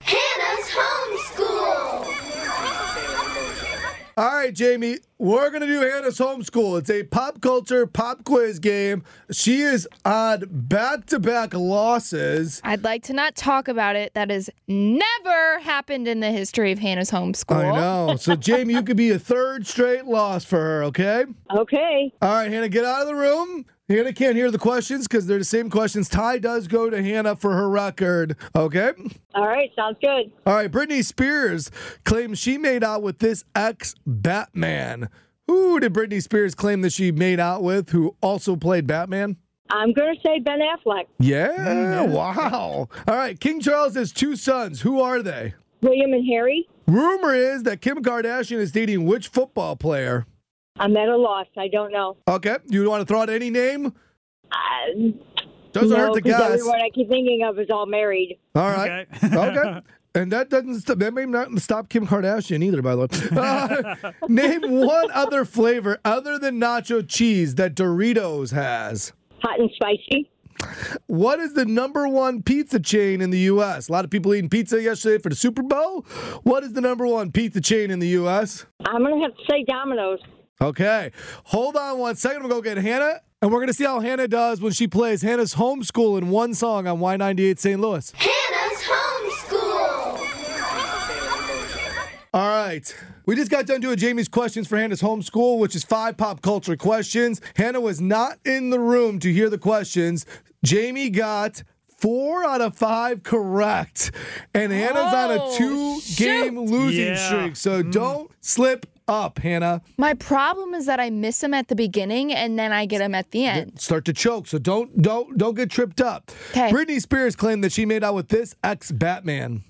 Hannah's Homeschool. All right, Jamie, we're going to do Hannah's Homeschool. It's a pop culture pop quiz game. She is on back to back losses. I'd like to not talk about it. That has never happened in the history of Hannah's homeschool. I know. So, Jamie, you could be a third straight loss for her, okay? Okay. All right, Hannah, get out of the room. Hannah can't hear the questions because they're the same questions. Ty does go to Hannah for her record, okay? All right. Sounds good. All right, Britney Spears claims she made out with this ex Batman. Who did Britney Spears claim that she made out with who also played Batman? I'm going to say Ben Affleck, Yeah, wow. All right, King Charles has two sons. Who are they? William and Harry. Rumor is that Kim Kardashian is dating which football player? I'm at a loss. I don't know. Okay, you want to throw out any name? Uh, Doesn't no, hurt to 'cause guess. Everyone I keep thinking of is all married. All right. Okay. And that doesn't stop. That may not stop Kim Kardashian either, by the way. Uh, name one other flavor other than nacho cheese that Doritos has. Hot and spicy. What is the number one pizza chain in the U.S.? A lot of people eating pizza yesterday for the Super Bowl. What is the number one pizza chain in the U.S.? I'm going to have to say Domino's. Okay. Hold on one second. We'll go get Hannah, and we're going to see how Hannah does when she plays Hannah's Homeschool in one song on Y98 St. Louis. Hannah's Homeschool. All right. We just got done doing Jamie's questions for Hannah's homeschool, which is five pop culture questions. Hannah was not in the room to hear the questions. Jamie got four out of five correct. And Hannah's on a Oh, two game losing Yeah. streak. So don't slip up, Hannah. My problem is that I miss them at the beginning and then I get them at the end. Start to choke. So don't don't don't get tripped up. 'Kay. Britney Spears claimed that she made out with this ex Batman.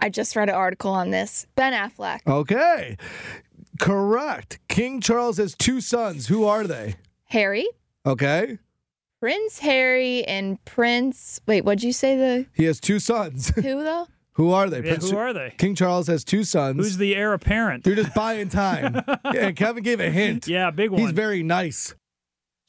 I just read an article on this. Ben Affleck, Oh. Okay. Correct. King Charles has two sons. Who are they? Harry, Okay. Prince Harry, and Prince. Wait, what'd you say the He has two sons. who though? who are they? Yeah, who are they? King Charles has two sons. Who's the heir apparent? They're just buying time. and Kevin gave a hint. Yeah, big one. He's very nice.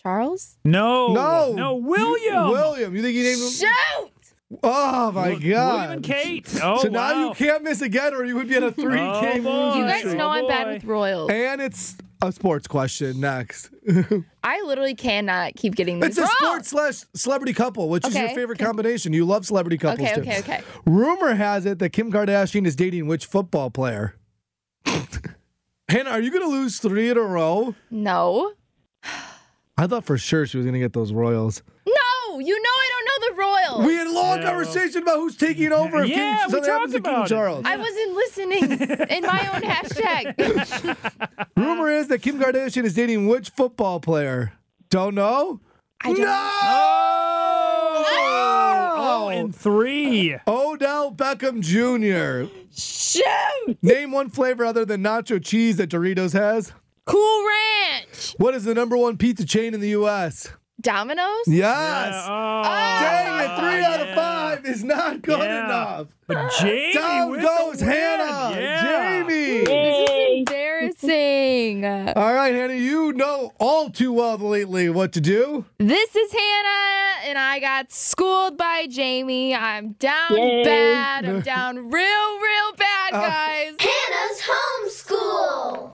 Charles? no, no. no, You- William. William. You think he named him? Shoot! Oh, my Wil- God. William and Kate. Oh, so now wow. you can't miss again, or you would be at a 3 Oh, game boy. You Oh, guys sure. know I'm bad Boy. with royals. And it's a sports question next. I literally cannot keep getting It's these a wrong. sports slash celebrity couple, which is your Okay. favorite combination. You love celebrity couples Okay, too. okay, okay. Rumor has it that Kim Kardashian is dating which football player? Hannah, are you going to lose three in a row? No. I thought for sure she was going to get those Royals. No, you know I don't know the royals. We had a long Yeah, well- conversation about who's taking over. if Yeah, King, we something happens to talked King about it. Charles. I wasn't listening in my own hashtag. uh, Rumor is that Kim Kardashian is dating which football player? Don't know. I don't- No! Oh, and Oh, three. Oh, Odell Beckham Jr. Shoot! Name one flavor other than nacho cheese that Doritos has. Cool Ranch. What is the number one pizza chain in the U.S.? Domino's? Yes. Oh. Dang it! Three out of yeah. five is not good Yeah. enough. But Jamie Down with goes the win. Hannah. Yeah. Jamie. Yay. Embarrassing. All right, Hannah, you know all too well lately what to do. This is Hannah, and I got schooled by Jamie. I'm down Yay. bad. I'm down real, real bad, guys. Hannah's Homeschool.